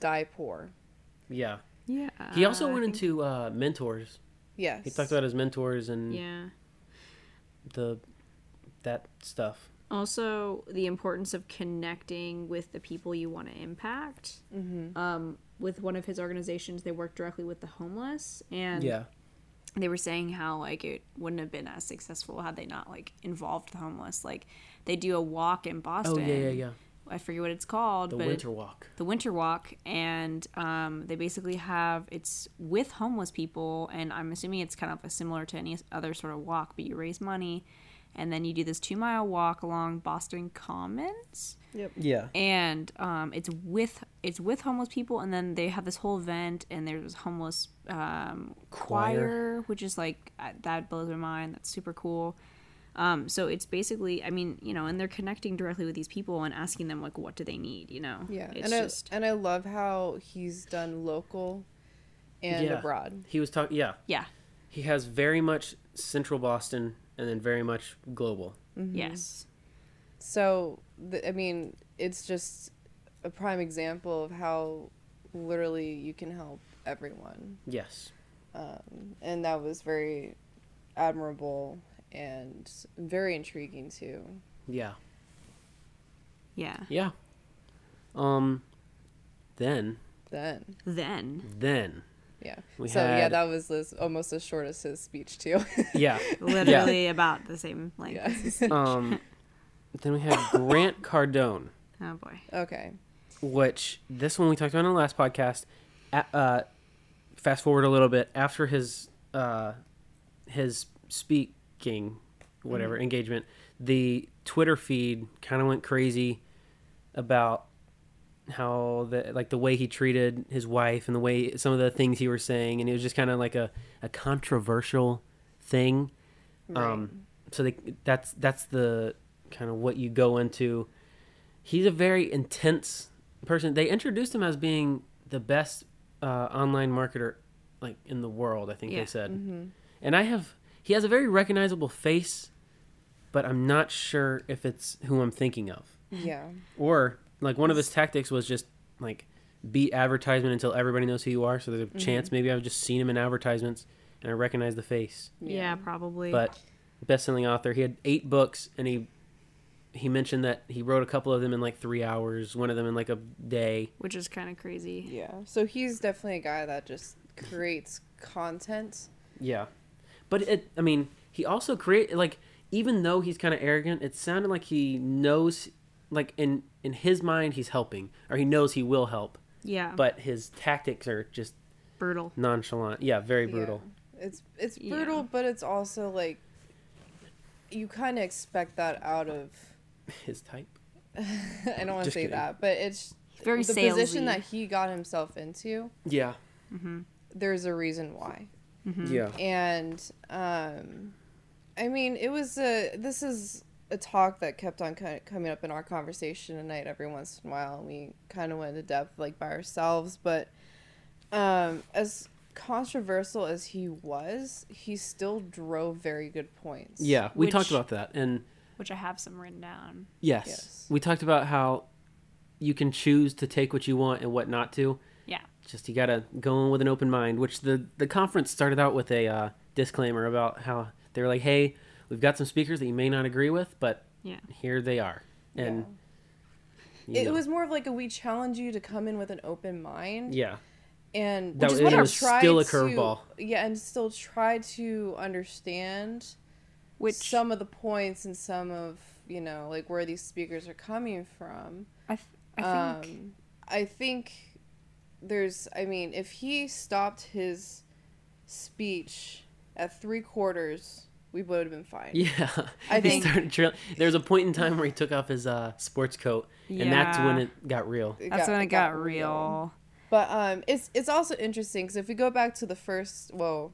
die poor. yeah. Yeah. He also Um, went into uh, mentors. Yes. He talked about his mentors and Yeah. the that stuff. Also, the importance of connecting with the people you want to impact. Mhm. Um, with one of his organizations, they work directly with the homeless, and Yeah. they were saying how like it wouldn't have been as successful had they not like involved the homeless. Like they do a walk in Boston. Oh yeah, yeah, yeah. I forget what it's called, The but winter walk. the winter walk and um, they basically have it's with homeless people and i'm assuming it's kind of similar to any other sort of walk but you raise money and then you do this two mile walk along boston commons Yeah. and um, it's with it's with homeless people and then they have this whole event and there's homeless um, choir. which is like I- that blows my mind that's super cool um, so it's basically i mean you know and they're connecting directly with these people and asking them like what do they need you know Yeah, it's and I just and I love how he's done local and Yeah. abroad. He was talking. Yeah. yeah He has very much central Boston and then very much global. yes So th- I mean, it's just a prime example of how literally you can help everyone. Yes. and that was very admirable and very intriguing too. Yeah. yeah Yeah. Um. Then. Then, then Then. yeah. We so yeah, had- that was Liz, almost as short as his [LAUGHS] speech too. Yeah. literally about the same length yeah. Um. Then we had Grant Cardone, oh boy [LAUGHS] okay. which this one we talked about in the last podcast. A- Uh, fast forward a little bit after his uh, his speaking, whatever engagement, the Twitter feed kind of went crazy about how the like the way he treated his wife and the way some of the things he was saying and it was just kind of like a, a controversial thing um so they, that's that's the kind of what you go into he's a very intense person they introduced him as being the best uh, online marketer like in the world i think Yeah. they said and i have he has a very recognizable face but i'm not sure if it's who i'm thinking of Yeah. or like one of his tactics was just like beat advertisement until everybody knows who you are. So there's a chance maybe I've just seen him in advertisements and I recognize the face. yeah, probably. But best-selling author, he had eight books, and he he mentioned that he wrote a couple of them in like three hours, one of them in like a day. which is kind of crazy. Yeah. So he's definitely a guy that just creates content. Yeah, but it. I mean, he also create like even though he's kind of arrogant, it sounded like he knows like in in his mind he's helping or he knows he will help, Yeah, but his tactics are just brutal. nonchalant. Yeah, very Yeah. brutal. It's it's Yeah. brutal, but it's also like you kind of expect that out of. His type. [LAUGHS] I don't want to Just say kidding. that, but it's very the salesy position that he got himself into. Yeah. There's a reason why. Mm-hmm. Yeah. and um, I mean, it was a this is a talk that kept on kind of coming up in our conversation tonight every once in a while. and We kind of went into depth like by ourselves, but um, as controversial as he was, he still drove very good points. Yeah. We Which- talked about that. And which i have some written down yes, Yes. we talked about how you can choose to take what you want and what not to. yeah Just you got to go in with an open mind, which the, the conference started out with a uh, disclaimer about how they were like, hey, we've got some speakers that you may not agree with, but Yeah. here they are. And you It know. was more of like a we challenge you to come in with an open mind Yeah. [LAUGHS] and That which is was- what it I was tried still a to- curveball. Yeah, and still try to understand Which some of the points and some of you know like where these speakers are coming from. I, th- I think um, I think there's. I mean, if he stopped his speech at three quarters, we would have been fine. Yeah, I He think- started trail- there was a point in time where he took off his uh, sports coat, and that's when Yeah. it got real. that's when it got, real. But um, it's it's also interesting because if we go back to the first, well,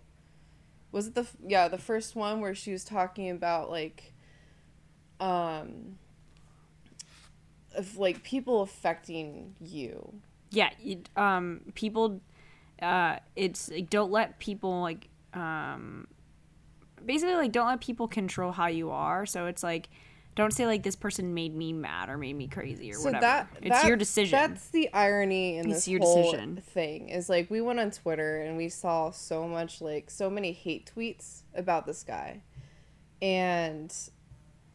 was it the f- yeah the first one where she was talking about like, um, of like people affecting you. Yeah, you, um, people, uh, it's like, don't let people like, um, basically like don't let people control how you are. So it's like, don't say like this person made me mad or made me crazy or whatever. it's that- your decision. That's the irony in It's this your whole decision. thing. Is like we went on Twitter and we saw so much like so many hate tweets about this guy, and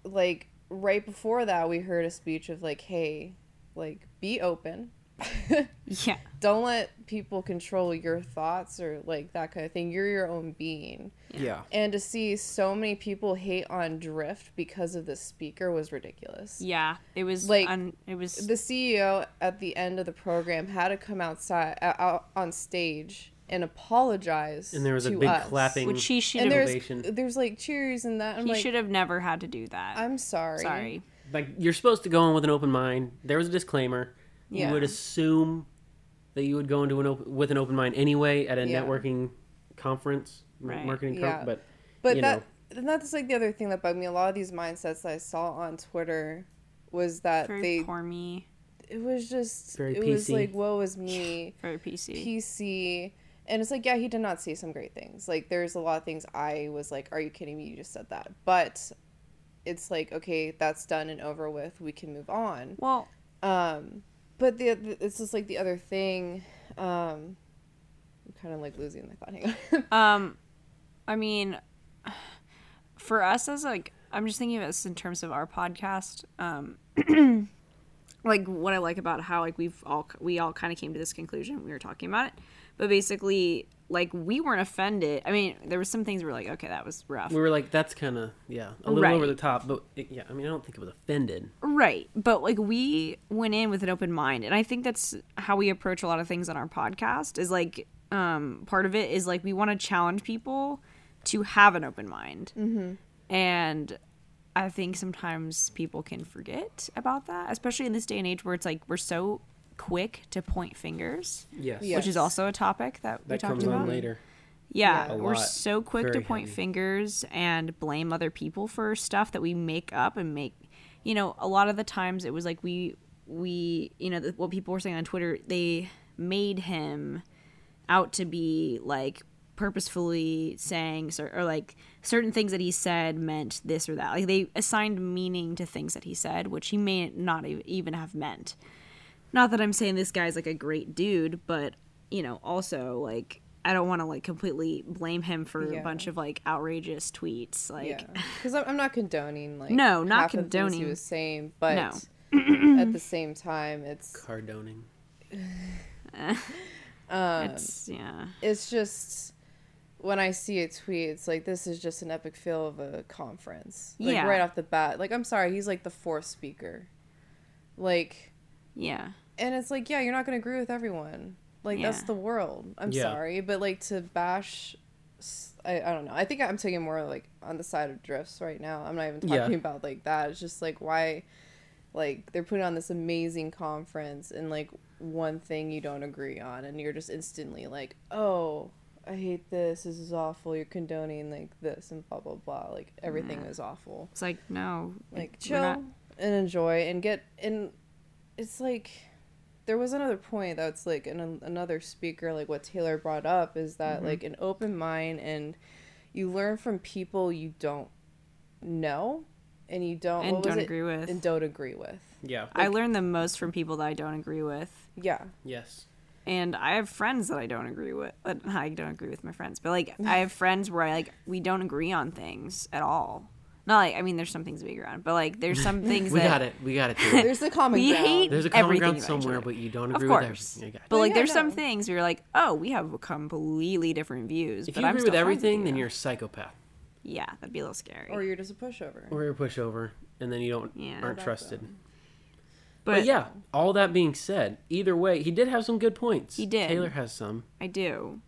like right before that we heard a speech of like, hey, like be open. [LAUGHS] [LAUGHS] yeah, Don't let people control your thoughts or like that kind of thing. You're your own being. Yeah, And to see so many people hate on Drift because of this speaker was ridiculous yeah. It was like Like, un- it was the CEO at the end of the program had to come outside uh, out on stage and apologize. and there was a to big us. clapping. which he should And have. there's ovation. there's like cheers and that. I'm He like, should have never had to do that. I'm sorry. sorry. like you're supposed to go in with an open mind. There was a disclaimer. Yeah. You would assume that you would go into an op- with an open mind anyway at a Yeah. networking conference, m- Right. marketing Yeah. conference, But You that and that's like the other thing that bugged me. A lot of these mindsets I saw on Twitter was that Very they pormy, it was just Very it was PC. like woe is me. very PC. PC. And it's like, yeah, he did not say some great things. Like, there's a lot of things I was like, are you kidding me? You just said that. But it's like, okay, that's done and over with. We can move on. well, Um, but the, the it's just like the other thing. Um, I'm kind of like losing my thought. [LAUGHS] Hang on. Um, I mean, for us as like, I'm just thinking of this in terms of our podcast. Um, [CLEARS THROAT] like what I like about how like we've all we all kind of came to this conclusion. when We were talking about it, but basically, like we weren't offended. I mean, there was some things we were like, okay, that was rough, but we were like, that's kind of yeah, a little Right. over the top. But it- yeah, I mean, I don't think it was offended. right? But like we went in with an open mind, and I think that's how we approach a lot of things on our podcast. Is like, um, part of it is like we want to challenge people to have an open mind. And I think sometimes people can forget about that, especially in this day and age where it's like we're so quick to point fingers, Yes, Yeah. which is also a topic that, we that talked comes about. on later. Yeah, Yeah. A we're lot. so quick to Very point heavy. fingers and blame other people for stuff that we make up and make. You know, a lot of the times it was like we we you know the, what people were saying on Twitter. They made him out to be like purposefully saying cer- or like certain things that he said meant this or that. Like they assigned meaning to things that he said, which he may not e- even have meant. Not that I'm saying this guy's like a great dude, but you know, also like I don't want to like completely blame him for a Yeah. bunch of like outrageous tweets. Like Yeah, because I'm, I'm not condoning like No, not half of the things condoning. he was saying, but [CLEARS THROAT] at the same time, it's Cardoning. Um, it's yeah. it's just when I see a tweet, it's like this is just an epic fail of a conference. Like Yeah. right off the bat. Like I'm sorry, he's like the fourth speaker. Like Yeah. and it's like, yeah, you're not gonna agree with everyone. Like that's Yeah. the world. I'm Yeah. sorry. But like to bash s- I, I don't know. I think I'm taking more like on the side of drifts right now. I'm not even Yeah. talking about like that. It's just like why like they're putting on this amazing conference and like one thing you don't agree on and you're just instantly like oh i hate this this is awful you're condoning like this and blah blah blah like everything is awful It's like no. like we're chill not- and enjoy and get and it's like there was another point that's like an, another speaker like what taylor brought up is that Mm-hmm. like an open mind and you learn from people you don't know and you don't And what was don't it? agree with. and don't agree with Yeah. I learn the most from people that I don't agree with. [LAUGHS] yeah yes. and I have friends that I don't agree with. uh, But I don't agree with my friends, but like I have friends where I like we don't agree on things at all. Not like I mean, there's some things we agree on, but like [LAUGHS] there's some things We that got it. We got it. [LAUGHS] Too. There's the common we ground. [LAUGHS] hate. There's a common everything ground about each somewhere, other. but you don't Of agree with course, everything. I got it. but like Yeah, there's some no. things we were like, oh, we have completely different views. If but you I'm agree with still friends everything, you. then you're a psychopath yeah, that'd be a little scary. or you're just a pushover. or you're a pushover, and then you don't Yeah, aren't that's trusted. but, But, yeah, all that being said, either way, he did have some good points. He did. Taylor has some. I do.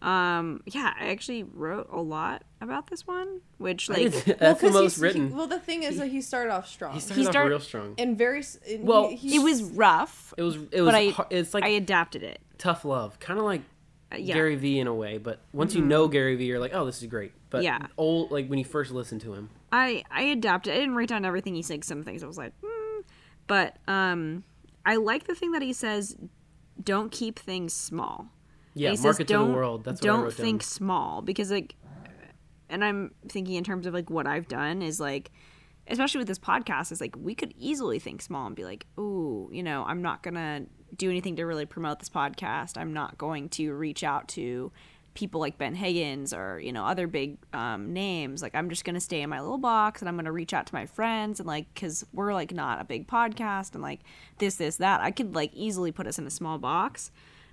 Um, yeah, I actually wrote a lot about this one, which I [LAUGHS] like did- [LAUGHS] that's the 'cause most he's- written. He, well, the thing is that he started off strong he started He off start- real strong. and very. s- and Well, he- he- it was rough. It was. It was. but I, har- it's like I adapted it. tough love, kind of like Uh, yeah. Mm-hmm. Gary Vee in a way. But once you know Gary Vee, you're like, oh, this is great. But Yeah. old, like when you first listen to him, I I adapted. I didn't write down everything he said. 'cause Some things I was like, mm. but um, I like the thing that he says. Don't keep things small. yeah, he says, market to the "Don't- world. That's what I don't wrote think down. small because like, and I'm thinking in terms of like what I've done is like, especially with this podcast is like we could easily think small and be like, oh, you know, I'm not gonna do anything to really promote this podcast. I'm not going to reach out to people like Ben Higgins or you know other big um, names. Like I'm just gonna stay in my little box and I'm gonna reach out to my friends and like because we're like not a big podcast and like this this that. I could like easily put us in a small box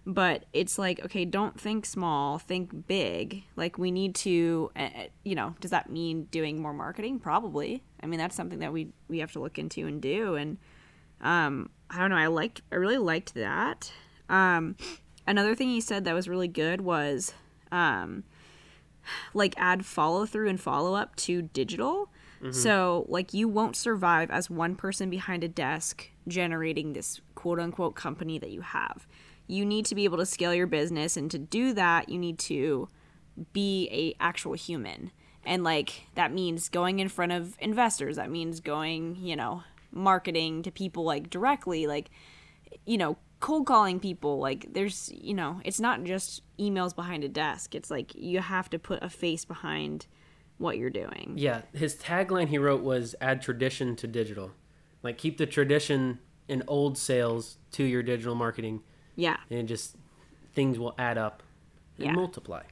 but it's like okay don't think small think big like we need to uh, uh, you know does that mean doing more marketing probably i mean that's something that we we have to look into and do and um i don't know i liked i really liked that um another thing he said that was really good was um like add follow through and follow up to digital. So like you won't survive as one person behind a desk generating this quote unquote company that you have. You need to be able to scale your business and to do that you need to be a actual human. And like that means going in front of investors, that means going, you know, marketing to people like directly like you know cold calling people like there's you know it's not just emails behind a desk it's like you have to put a face behind what you're doing Yeah, his tagline he wrote was "Add tradition to digital," like keep the tradition and old sales to your digital marketing, yeah and it just things will add up and Yeah. multiply.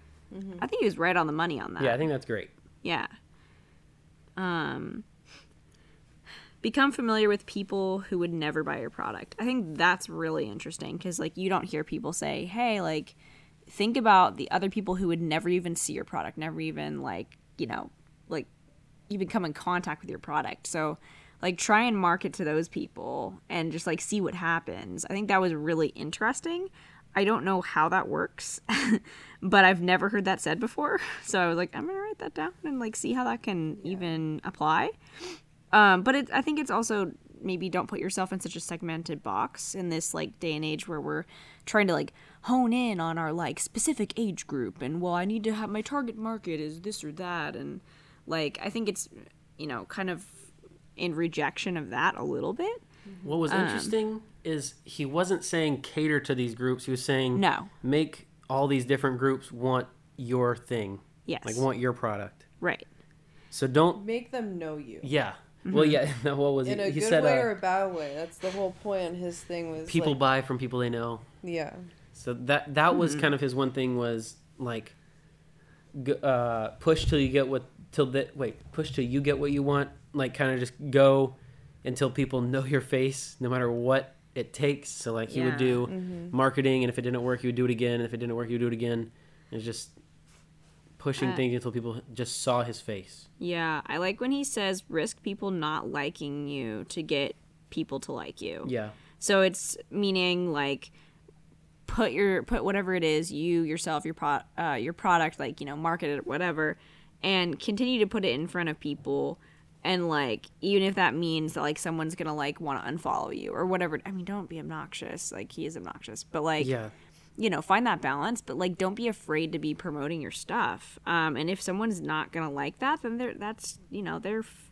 i think he was right on the money on that Mm-hmm. Yeah, I think that's great. Yeah. Um become familiar with people who would never buy your product. I think that's really interesting cuz like you don't hear people say, "Hey, like think about the other people who would never even see your product, never even like, you know, like even come in contact with your product." So like try and market to those people and just like see what happens. I think that was really interesting. I don't know how that works, [LAUGHS] but I've never heard that said before. [LAUGHS] So I was like, I'm gonna write that down and like see how that can even apply. Um, but it, I think it's also maybe don't put yourself in such a segmented box in this like day and age where we're trying to like hone in on our like specific age group and well, I need to have my target market is this or that and like I think it's you know kind of in rejection of that a little bit. What Um, was interesting is he wasn't saying cater to these groups. He was saying No. make all these different groups want your thing. Yes. like want your product. Right. So don't. make them know you Yeah. Mm-hmm. Well, yeah. [LAUGHS] no, What was in he? a he good said way uh, or a bad way. That's the whole point. And his thing was people like- buy from people they know. yeah, So that that Mm-hmm. was kind of his one thing was like, g- uh, push till you get what till that wait push till you get what you want. Like kind of just go until people know your face, no matter what it takes. So like he would Yeah. mm-hmm. do marketing, and if it didn't work, he would do it again, and if it didn't work, he would do it again. And it's just pushing Uh, things until people just saw his face. Yeah, I like when he says risk people not liking you to get people to like you. Yeah, So it's meaning like put your put whatever it is you yourself your pro, uh, your product like you know market it whatever and continue to put it in front of people and like even if that means that like someone's gonna like want to unfollow you or whatever i mean don't be obnoxious like he is obnoxious but like yeah. you know find that balance but like don't be afraid to be promoting your stuff um and if someone's not gonna like that then they're that's you know they're f-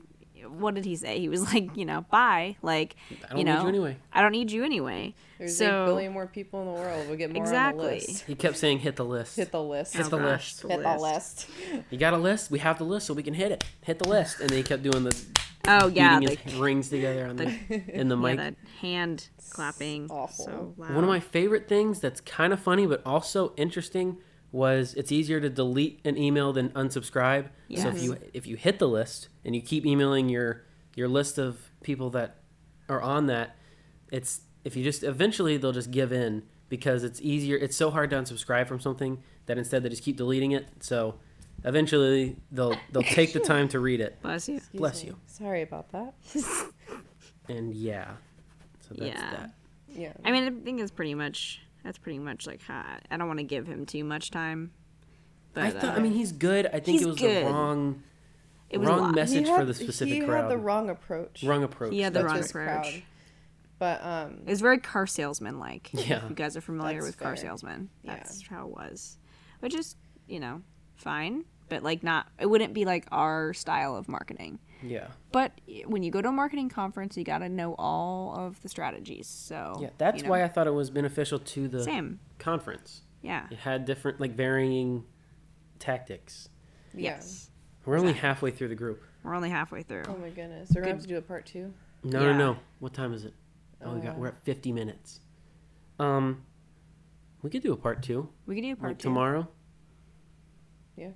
what did he say he was [LAUGHS] like you know bye like don't you need know you anyway. i don't need you anyway there's so eight billion more people in the world. We'll get more on the Exactly. list. [LAUGHS] He kept saying, "Hit the list. Hit the list. Hit the Oh, gosh, list. the Hit the list. list. You got a list? We have the list, so we can hit it. Hit the list." And then he kept doing the oh yeah beating the, his rings together on the, [LAUGHS] in the yeah mic. that hand clapping awful. so loud One of my favorite things that's kind of funny but also interesting was it's easier to delete an email than unsubscribe. So if Yes. you if you hit the list and you keep emailing your your list of people that are on that, it's if you just eventually they'll just give in because it's easier. It's so hard to unsubscribe from something that instead they just keep deleting it. So eventually they'll [LAUGHS] they'll take the time to read it. Bless you. Excuse Bless me. you. Sorry about that. And yeah, so that's Yeah. that. Yeah. I mean, I think it's pretty much that's pretty much like how I don't want to give him too much time. But I thought. uh, I mean, he's good. I think he's it was good. the wrong it was a wrong lot. He message for had- the specific he crowd. had the wrong approach. wrong approach. Yeah, the with wrong his approach. crowd. But um, It's very car salesman like. Yeah. If you guys are familiar That's with car fair. salesman, Yeah. that's how it was. Which is, you know, fine, but like not, it wouldn't be like our style of marketing. yeah. But when you go to a marketing conference, you got to know all of the strategies. So, Yeah, that's you know, why I thought it was beneficial to the Same. conference. Yeah. It had different, like, varying tactics. yeah. Yes. We're only halfway through the group. We're only halfway through. Oh my goodness. We're gonna have to do a part two. No, Yeah. Uh. no, no. What time is it? Oh, we got, we're at 50 minutes. Um, we could do a part two. We could do a Part part two Tomorrow? Yeah.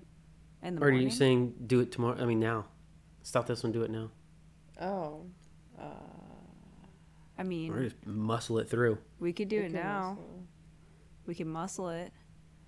in the Or are morning. you saying do it tomorrow? I mean, now. Stop this one, do it now. Oh. I We're mean, just muscle it through. we could do it goodness. now. We can muscle it. [LAUGHS]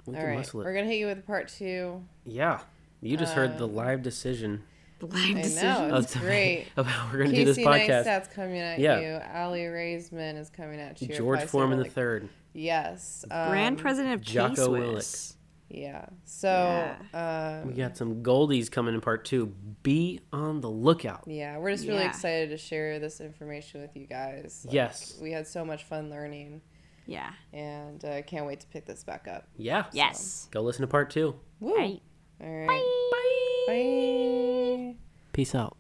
We All can right. muscle it. We're gonna hit you with part two. Yeah. You just Uh, heard the live decision I know. It's of, [LAUGHS] great. of how we're going to do this Casey podcast. Neistat's coming at Yeah. you. Ali Raisman is coming at you. George If I say Foreman it the like- third. Yes. Um, Brand president of Jocko K Swiss. Yeah. So, um, yeah. We got some goldies coming in part two. Be on the lookout. yeah, we're just really Yeah. excited to share this information with you guys. Like, Yes. We had so much fun learning, Yeah. and uh, can't wait to pick this back up. Yeah. Yes. Go listen to part two. Woo! Right. All right. Bye. Bye. Peace out.